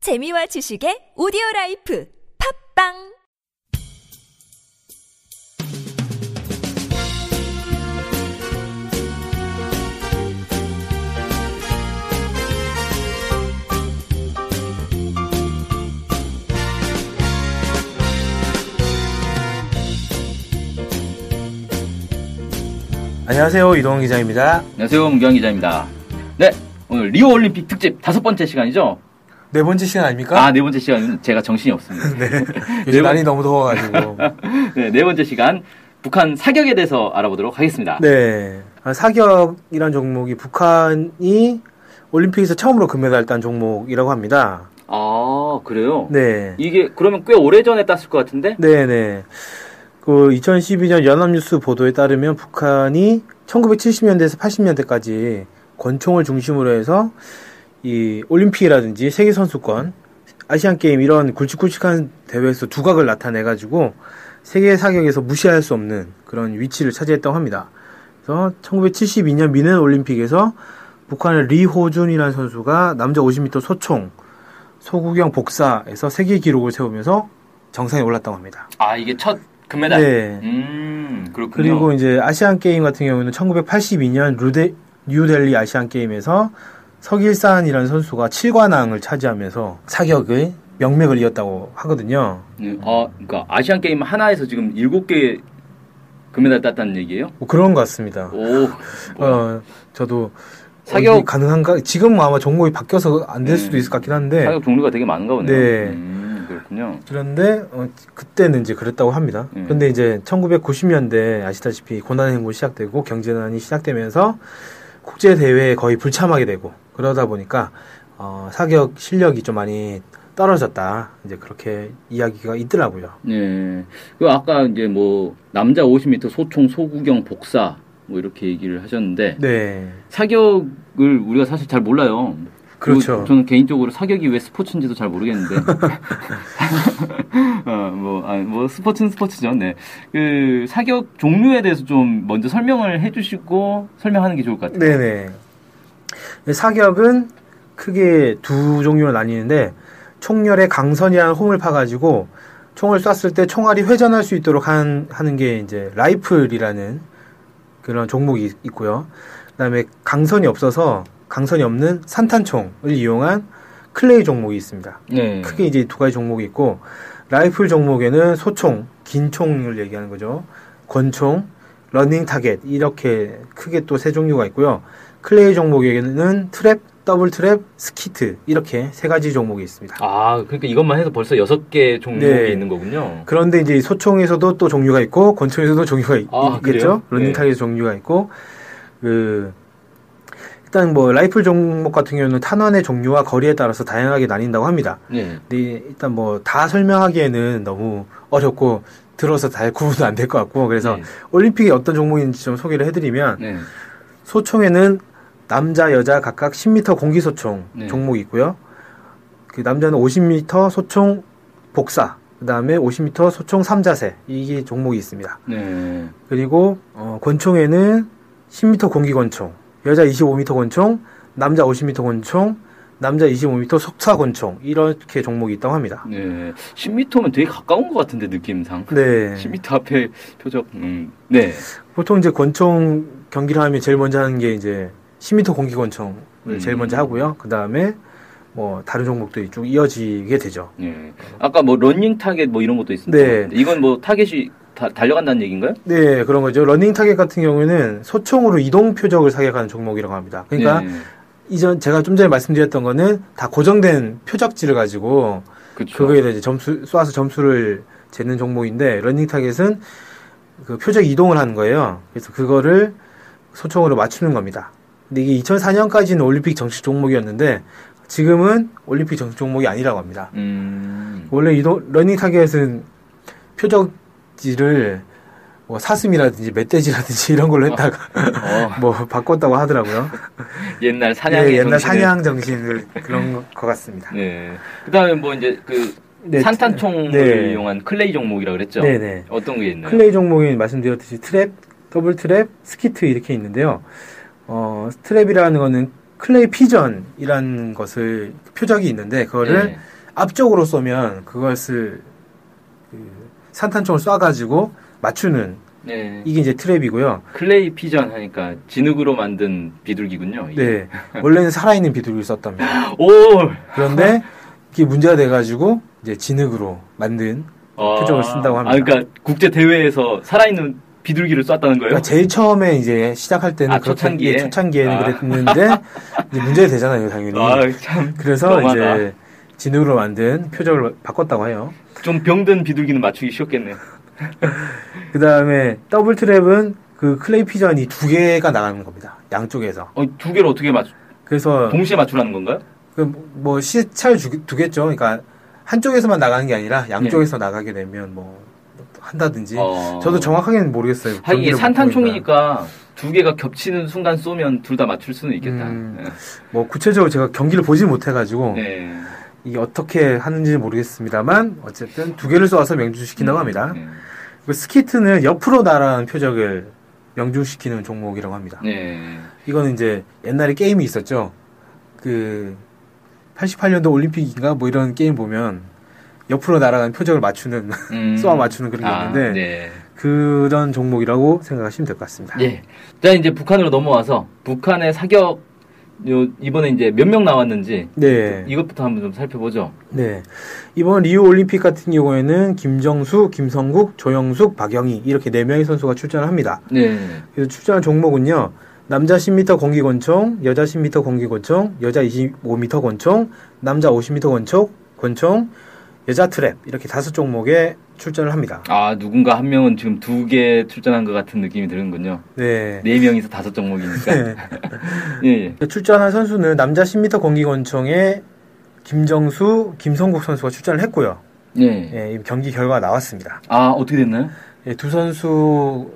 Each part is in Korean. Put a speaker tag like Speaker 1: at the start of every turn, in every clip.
Speaker 1: 재미와 지식의 오디오 라이프 팝빵
Speaker 2: 안녕하세요 이동훈 기자입니다.
Speaker 3: 안녕하세요, 문경 기자입니다. 네, 오늘 리오 올림픽 특집 다섯 번째 시간이죠?
Speaker 2: 네 번째 시간 아닙니까?
Speaker 3: 아, 네 번째 시간은 제가 정신이 없습니다.
Speaker 2: 네. 요즘
Speaker 3: 네 번-
Speaker 2: 날이 너무 더워가지고.
Speaker 3: 네, 네 번째 시간 북한 사격에 대해서 알아보도록 하겠습니다.
Speaker 2: 네. 아, 사격이란 종목이 북한이 올림픽에서 처음으로 금메달을 딴 종목이라고 합니다.
Speaker 3: 아, 그래요?
Speaker 2: 네.
Speaker 3: 이게 그러면 꽤 오래전에 땄을 것 같은데?
Speaker 2: 네네. 그 2012년 연합뉴스 보도에 따르면 북한이 1970년대에서 80년대까지 권총을 중심으로 해서 이 올림픽이라든지 세계 선수권, 아시안 게임 이런 굵직굵직한 대회에서 두각을 나타내가지고 세계 사격에서 무시할 수 없는 그런 위치를 차지했다고 합니다. 그래서 1972년 미넨 올림픽에서 북한의 리호준이라는 선수가 남자 50m 소총, 소구경 복사에서 세계 기록을 세우면서 정상에 올랐다고 합니다.
Speaker 3: 아, 이게 첫 금메달.
Speaker 2: 네.
Speaker 3: 음, 그렇군요.
Speaker 2: 그리고 이제 아시안 게임 같은 경우는 1982년 루데, 뉴델리 아시안 게임에서 석일산이라는 선수가 7관왕을 차지하면서 사격의 명맥을 이었다고 하거든요.
Speaker 3: 네, 아, 그러니까 아시안 게임 하나에서 지금 일곱 개 금메달 땄다는 얘기예요?
Speaker 2: 뭐 그런 것 같습니다.
Speaker 3: 오,
Speaker 2: 어, 저도
Speaker 3: 사격-
Speaker 2: 어, 이게 가능한가? 지금 아마 종목이 바뀌어서 안 될
Speaker 3: 음.
Speaker 2: 수도 있을 것 같긴 한데
Speaker 3: 사격 종류가 되게 많은가 보네요.
Speaker 2: 네.
Speaker 3: 음, 그렇군요.
Speaker 2: 그런데 어, 그때는 이제 그랬다고 합니다.
Speaker 3: 음.
Speaker 2: 근데 이제 1990년대 아시다시피 고난행군 시작되고 경제난이 시작되면서 국제 대회에 거의 불참하게 되고 그러다 보니까 어, 사격 실력이 좀 많이 떨어졌다. 이제 그렇게 이야기가 있더라고요.
Speaker 3: 네. 그 아까 이제 뭐 남자 50m 소총 소구경 복사 뭐 이렇게 얘기를 하셨는데
Speaker 2: 네.
Speaker 3: 사격을 우리가 사실 잘 몰라요. 그리고
Speaker 2: 그렇죠.
Speaker 3: 저는 개인적으로 사격이 왜 스포츠인지도 잘 모르겠는데. 어, 뭐, 아, 뭐, 스포츠는 스포츠죠. 네. 그, 사격 종류에 대해서 좀 먼저 설명을 해주시고 설명하는 게 좋을 것 같아요.
Speaker 2: 네네. 사격은 크게 두 종류로 나뉘는데 총열의 강선이라는 홈을 파가지고 총을 쐈을 때 총알이 회전할 수 있도록 한, 하는 게 이제 라이플이라는 그런 종목이 있- 있고요. 그다음에 강선이 없어서 강선이 없는 산탄총을 이용한 클레이 종목이 있습니다.
Speaker 3: 네.
Speaker 2: 크게 이제 두 가지 종목이 있고 라이플 종목에는 소총, 긴 총을 얘기하는 거죠. 권총, 러닝 타겟 이렇게 크게 또 세 종류가 있고요. 클레이 종목에는 트랩, 더블 트랩, 스키트 이렇게 세 가지 종목이 있습니다.
Speaker 3: 아, 그러니까 이것만 해서 벌써 여섯 개 종목이
Speaker 2: 네.
Speaker 3: 있는 거군요.
Speaker 2: 그런데 이제 소총에서도 또 종류가 있고 권총에서도 종류가 있,
Speaker 3: 아,
Speaker 2: 겠죠
Speaker 3: 그래요?
Speaker 2: 러닝
Speaker 3: 네.
Speaker 2: 타겟 종류가 있고 그 일단 뭐 라이플 종목 같은 경우는 탄환의 종류와 거리에 따라서 다양하게 나뉜다고 합니다.
Speaker 3: 네.
Speaker 2: 네, 일단 뭐 다 설명하기에는 너무 어렵고 들어서 다 구분도 안 될 것 같고 그래서
Speaker 3: 네.
Speaker 2: 올림픽이 어떤 종목인지 좀 소개를 해드리면
Speaker 3: 네.
Speaker 2: 소총에는 남자 여자 각각 10m 공기 소총
Speaker 3: 네.
Speaker 2: 종목이 있고요. 그 남자는 50m 소총 복사 그다음에 50m 소총 3자세 이게 종목이 있습니다.
Speaker 3: 네.
Speaker 2: 그리고 어, 권총에는 10m 공기 권총, 여자 25m 권총, 남자 50m 권총, 남자 25m 속사 권총 이렇게 종목이 있다고 합니다.
Speaker 3: 네. 10m면 되게 가까운 것 같은데 느낌상.
Speaker 2: 네.
Speaker 3: 10m 앞에 표적. 음. 네.
Speaker 2: 보통 이제 권총 경기를 하면 제일 먼저 하는 게 이제 10m 공기 권총을
Speaker 3: 음.
Speaker 2: 제일 먼저 하고요. 그 다음에 뭐 다른 종목들이 쭉 이어지게 되죠.
Speaker 3: 네. 아까 뭐 러닝 타겟 뭐 이런 것도 있습니다.
Speaker 2: 네.
Speaker 3: 이건 뭐 타겟이 다- 달려간다는 얘기인가요?
Speaker 2: 네, 그런 거죠. 러닝 타겟 같은 경우에는 소총으로 이동 표적을 사격하는 종목이라고 합니다. 그러니까
Speaker 3: 네.
Speaker 2: 이전 제가 좀 전에 말씀드렸던 거는 다 고정된 표적지를 가지고
Speaker 3: 그쵸.
Speaker 2: 그거에 이제 점수 쏴서 점수를 재는 종목인데 러닝 타겟은 그 표적 이동을 하는 거예요. 그래서 그거를 소총으로 맞추는 겁니다. 근데 이게 2004년까지는 올림픽 정식 종목이었는데 지금은 올림픽 정식 종목이 아니라고 합니다.
Speaker 3: 음.
Speaker 2: 원래 이동 러닝 타겟은 표적지를 뭐 사슴이라든지 멧돼지라든지 이런 걸로 했다가
Speaker 3: 어,
Speaker 2: 뭐 바꿨다고 하더라고요.
Speaker 3: 옛날 사냥의
Speaker 2: 예, 옛날
Speaker 3: 정신을-
Speaker 2: 사냥 정신을 그런 것 같습니다.
Speaker 3: 네. 그다음에 뭐 이제 그
Speaker 2: 네,
Speaker 3: 산탄총을
Speaker 2: 네.
Speaker 3: 이용한 클레이 종목이라고 그랬죠.
Speaker 2: 네네.
Speaker 3: 어떤 게 있나요?
Speaker 2: 클레이 종목인 말씀드렸듯이 트랩, 더블 트랩, 스키트 이렇게 있는데요. 어, 트랩이라는 거는 클레이 피전이라는 것을 표적이 있는데 그거를
Speaker 3: 네.
Speaker 2: 앞쪽으로 쏘면 그것을 그 산탄총을 쏴가지고 맞추는
Speaker 3: 네.
Speaker 2: 이게 이제 트랩이고요.
Speaker 3: 클레이 피전 하니까 진흙으로 만든 비둘기군요. 이게.
Speaker 2: 네. 원래는 살아있는 비둘기를 썼답니다.
Speaker 3: 오.
Speaker 2: 그런데 그게 문제가 돼가지고 이제 진흙으로 만든
Speaker 3: 아,
Speaker 2: 표정을 쓴다고 합니다.
Speaker 3: 아, 그러니까 국제 대회에서 살아있는 비둘기를 쐈다는 거예요?
Speaker 2: 그러니까 제일 처음에 이제 시작할 때는
Speaker 3: 아,
Speaker 2: 그렇게
Speaker 3: 초창기에?
Speaker 2: 예, 초창기에는
Speaker 3: 아.
Speaker 2: 그랬는데 이제 문제가 되잖아요, 당연히.
Speaker 3: 아, 참.
Speaker 2: 그래서
Speaker 3: 너무하다.
Speaker 2: 이제 진흙으로 만든 표정을 바꿨다고 해요.
Speaker 3: 좀 병든 비둘기는 맞추기 쉬웠겠네요.
Speaker 2: 그 다음에 더블 트랩은 그 클레이 피전이 두 개가 나가는 겁니다. 양쪽에서.
Speaker 3: 어, 두 개를 어떻게 맞추,
Speaker 2: 그래서
Speaker 3: 동시에 맞추라는 건가요?
Speaker 2: 그 뭐 시차를 주, 두겠죠. 그러니까 한쪽에서만 나가는 게 아니라 양쪽에서 나가게 되면 뭐 한다든지.
Speaker 3: 예. 어.
Speaker 2: 저도 정확하게는 모르겠어요.
Speaker 3: 하긴 이게
Speaker 2: 경기를 못 보니까.
Speaker 3: 산탄총이니까 두 개가 겹치는 순간 쏘면 둘 다 맞출 수는 있겠다.
Speaker 2: 음. 어. 뭐 구체적으로 제가 경기를 보지 못해가지고
Speaker 3: 네. 네.
Speaker 2: 이게 어떻게 하는지 모르겠습니다만 어쨌든 두 개를 쏘아서 명중시킨다고 합니다.
Speaker 3: 네.
Speaker 2: 그 스키트는 옆으로 날아가는 표적을 명중시키는 종목이라고 합니다.
Speaker 3: 네.
Speaker 2: 이거는 이제 옛날에 게임이 있었죠. 그 88년도 올림픽인가 뭐 이런 게임 보면 옆으로 날아가는 표적을 맞추는
Speaker 3: 음.
Speaker 2: 쏘아 맞추는 그런 게
Speaker 3: 아,
Speaker 2: 있는데
Speaker 3: 네.
Speaker 2: 그런 종목이라고 생각하시면 될 것 같습니다.
Speaker 3: 예. 자, 이제 북한으로 넘어와서 북한의 사격 요 이번에 이제 몇 명 나왔는지
Speaker 2: 네.
Speaker 3: 이것부터 한번 좀 살펴보죠.
Speaker 2: 네. 이번 리우 올림픽 같은 경우에는 김정수, 김성국, 조영숙, 박영희 이렇게 네 명의 선수가 출전합니다.
Speaker 3: 네.
Speaker 2: 그래서 출전한 종목은요. 남자 10m 공기 권총, 여자 10m 공기 권총, 여자 25m 권총, 남자 50m 권총, 권총, 여자 트랩 이렇게 다섯 종목에 출전을 합니다.
Speaker 3: 아, 누군가 한 명은 지금 두 개 출전한 것 같은 느낌이 드는군요.
Speaker 2: 네.
Speaker 3: 네 명이서 다섯 종목이니까.
Speaker 2: 네.
Speaker 3: 예, 예.
Speaker 2: 출전한 선수는 남자 10m 공기 권총에 김정수, 김성국 선수가 출전을 했고요.
Speaker 3: 예.
Speaker 2: 예, 이 경기 결과가 나왔습니다.
Speaker 3: 아, 어떻게 됐나요?
Speaker 2: 예, 두 선수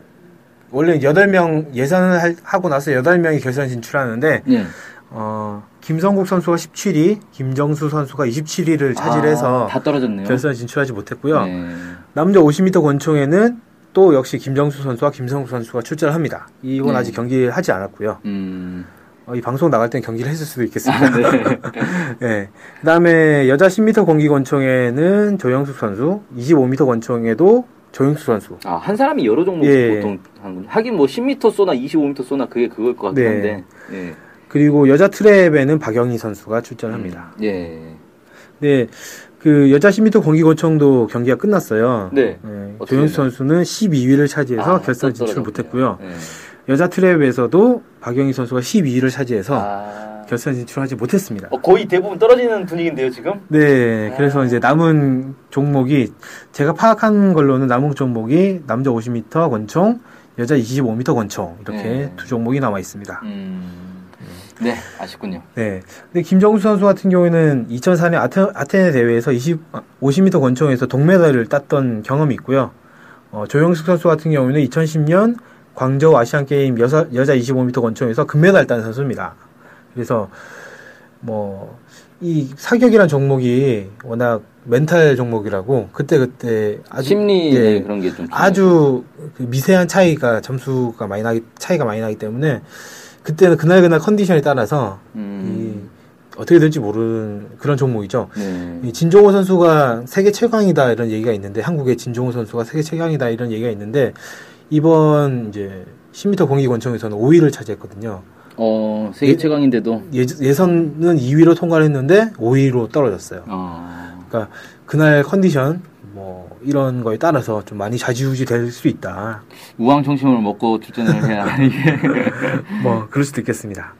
Speaker 2: 원래 8명 예선을 할- 하고 나서 8명이 결선 진출하는데
Speaker 3: 예.
Speaker 2: 어, 김성국 선수가 17위, 김정수 선수가 27위를 그 차지해서
Speaker 3: 아, 다 떨어졌네요.
Speaker 2: 결선 진출하지 못했고요.
Speaker 3: 네.
Speaker 2: 남자 50m 권총에는 또 역시 김정수 선수와 김성국 선수가 출전합니다. 이건
Speaker 3: 네.
Speaker 2: 아직 경기를 하지 않았고요.
Speaker 3: 음.
Speaker 2: 어, 이 방송 나갈 땐 경기를 했을 수도 있겠습니다.
Speaker 3: 아, 네.
Speaker 2: 네. 그다음에 여자 10m 공기 권총에는 조영숙 선수, 25m 권총에도 조영숙 선수.
Speaker 3: 아, 한 사람이 여러 종목
Speaker 2: 예.
Speaker 3: 보통 하는군요. 하긴 뭐 10m 쏘나 25m 쏘나 그게 그걸 것 같긴
Speaker 2: 네.
Speaker 3: 한데. 예.
Speaker 2: 그리고 여자 트랩에는 박영희 선수가 출전합니다.
Speaker 3: 예.
Speaker 2: 네, 그 여자 10m 공기 권총도 경기가 끝났어요.
Speaker 3: 네.
Speaker 2: 네,
Speaker 3: 어떻게
Speaker 2: 조현수 선수는 12위를 차지해서
Speaker 3: 아,
Speaker 2: 결선
Speaker 3: 또
Speaker 2: 진출
Speaker 3: 떨어졌네요.
Speaker 2: 못했고요.
Speaker 3: 예.
Speaker 2: 여자 트랩에서도 박영희 선수가 12위를 차지해서
Speaker 3: 아.
Speaker 2: 결선 진출하지 못했습니다.
Speaker 3: 어, 거의 대부분 떨어지는 분위기인데요, 지금?
Speaker 2: 네,
Speaker 3: 아.
Speaker 2: 그래서 이제 남은 종목이 제가 파악한 걸로는 남은 종목이 남자 50m 권총, 여자 25m 권총 이렇게
Speaker 3: 네.
Speaker 2: 두 종목이 남아 있습니다.
Speaker 3: 음. 네, 아쉽군요.
Speaker 2: 네. 근데 김정수 선수 같은 경우에는 2004년 아테, 아테네 대회에서 20, 아, 50m 권총에서 동메달을 땄던 경험이 있고요. 어, 조영숙 선수 같은 경우에는 2010년 광저우 아시안 게임 여자, 여자 25m 권총에서 금메달 딴 선수입니다. 그래서 뭐 이 사격이란 종목이 워낙 멘탈 종목이라고 그때 그때 아주
Speaker 3: 심리 네,
Speaker 2: 예.
Speaker 3: 그런 게 좀
Speaker 2: 아주 그 미세한 차이가 점수가 많이 나기 차이가 많이 나기 때문에 그때는 그날 그날 컨디션에 따라서
Speaker 3: 음.
Speaker 2: 이 어떻게 될지 모르는 그런 종목이죠.
Speaker 3: 네.
Speaker 2: 이 진종호 선수가 세계 최강이다 이런 얘기가 있는데 한국의 진종호 선수가 세계 최강이다 이런 얘기가 있는데 이번 이제 10m 공기 권총에서는 5위를 차지했거든요.
Speaker 3: 어, 세계
Speaker 2: 예.
Speaker 3: 최강인데도
Speaker 2: 예, 예선은 2위로 통과를 했는데 5위로 떨어졌어요.
Speaker 3: 어.
Speaker 2: 그러니까 그날 컨디션 뭐 이런 거에 따라서 좀 많이 좌지우지 될 수 있다.
Speaker 3: 우왕청심을 먹고 출전을 해야 하는 이게
Speaker 2: 뭐 그럴 수도 있겠습니다.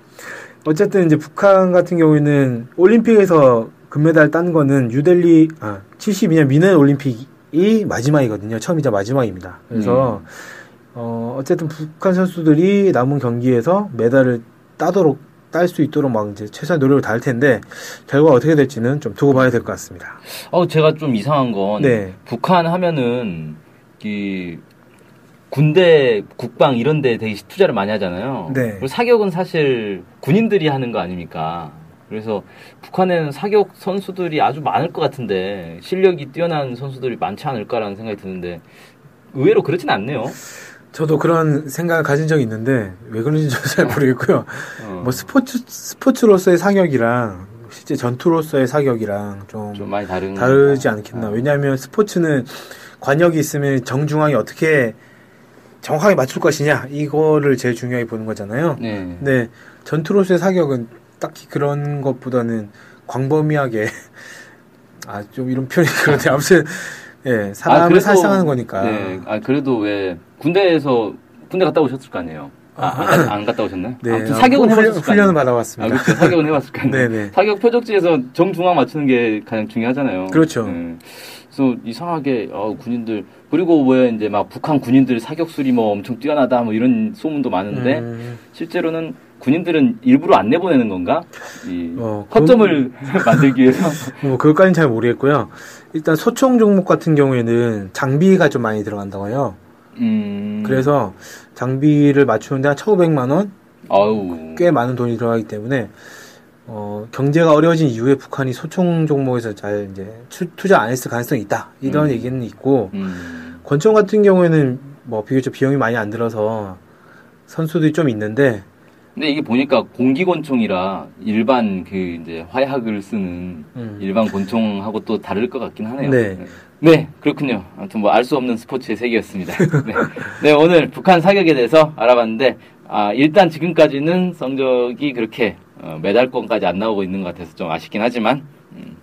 Speaker 2: 어쨌든 이제 북한 같은 경우에는 올림픽에서 금메달 딴 거는 유델리 아 72년 미네 올림픽이 마지막이거든요. 처음이자 마지막입니다. 그래서 어 어쨌든 북한 선수들이 남은 경기에서 메달을 따도록 딸 수 있도록 막 이제 최선의 노력을 다할 텐데 결과 가 어떻게 될지는 좀 두고 봐야 될 것 같습니다.
Speaker 3: 어, 제가 좀 이상한 건
Speaker 2: 네.
Speaker 3: 북한 하면은 이 군대 국방 이런 데 되게 투자를 많이 하잖아요.
Speaker 2: 네.
Speaker 3: 그리고 사격은 사실 군인들이 하는 거 아닙니까? 그래서 북한에는 사격 선수들이 아주 많을 것 같은데 실력이 뛰어난 선수들이 많지 않을까라는 생각이 드는데 의외로 그렇진 않네요.
Speaker 2: 저도 그런 생각을 가진 적이 있는데 왜 그런지 저잘 모르겠고요.
Speaker 3: 어.
Speaker 2: 뭐 스포츠 스포츠로서의 사격이랑 실제 전투로서의 사격이랑 좀,
Speaker 3: 좀 많이 다른
Speaker 2: 뭐, 다르지
Speaker 3: 건가?
Speaker 2: 않겠나.
Speaker 3: 아.
Speaker 2: 왜냐하면 스포츠는 관역이 있으면 정중앙이 어떻게 정확하게 맞출 것이냐 이거를 제일 중요하게 보는 거잖아요.
Speaker 3: 네.
Speaker 2: 네, 전투로서의 사격은 딱히 그런 것보다는 광범위하게 아 좀 이런 표현이 그런데 아무튼 예 사람을
Speaker 3: 그래도-
Speaker 2: 살상하는 거니까
Speaker 3: 네. 아 그래도 왜 군대에서 군대 갔다 오셨을 거 아니에요? 아, 안, 갔- 안 갔다 오셨나요?
Speaker 2: 네,
Speaker 3: 아무튼
Speaker 2: 아,
Speaker 3: 사격은
Speaker 2: 훈련,
Speaker 3: 해봤을 거 아니에요?
Speaker 2: 훈련을
Speaker 3: 아,
Speaker 2: 받아왔습니다.
Speaker 3: 그렇죠. 사격은 해봤을 거 아니에요.
Speaker 2: 네네.
Speaker 3: 사격 표적지에서 정중앙 맞추는 게 가장 중요하잖아요.
Speaker 2: 그렇죠.
Speaker 3: 네. 그래서 이상하게 어, 군인들 그리고 뭐야 이제 막 북한 군인들 사격술이 뭐 엄청 뛰어나다 뭐 이런 소문도 많은데
Speaker 2: 음,
Speaker 3: 실제로는 군인들은 일부러 안 내보내는 건가? 이
Speaker 2: 어,
Speaker 3: 허점을 만들기 위해서.
Speaker 2: 뭐 그것까지는 잘 모르겠고요. 일단 소총 종목 같은 경우에는 장비가 좀 많이 들어간다고 해요.
Speaker 3: 음.
Speaker 2: 그래서 장비를 맞추는데 한 1,500만 원 꽤
Speaker 3: 아우.
Speaker 2: 많은 돈이 들어가기 때문에 어, 경제가 어려워진 이후에 북한이 소총 종목에서 잘 이제 투, 투자 안 했을 가능성이 있다 이런
Speaker 3: 음.
Speaker 2: 얘기는 있고
Speaker 3: 음.
Speaker 2: 권총 같은 경우에는 뭐 비교적 비용이 많이 안 들어서 선수들이 좀 있는데
Speaker 3: 근데 이게 보니까 공기곤충이라 일반 그 이제 화약을 쓰는
Speaker 2: 음,
Speaker 3: 일반 곤충하고 또 다를 것 같긴 하네요.
Speaker 2: 네.
Speaker 3: 네, 그렇군요. 아무튼 뭐 알 수 없는 스포츠의 세계였습니다. 네. 네, 오늘 북한 사격에 대해서 알아봤는데, 아, 일단 지금까지는 성적이 그렇게 어, 메달권까지 안 나오고 있는 것 같아서 좀 아쉽긴 하지만, 음,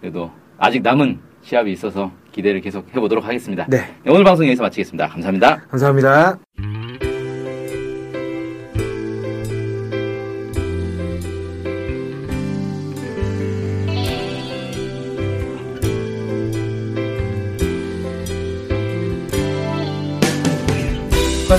Speaker 3: 그래도 아직 남은 시합이 있어서 기대를 계속 해보도록 하겠습니다.
Speaker 2: 네
Speaker 3: 네, 오늘 방송 여기서 마치겠습니다. 감사합니다.
Speaker 2: 감사합니다. 북한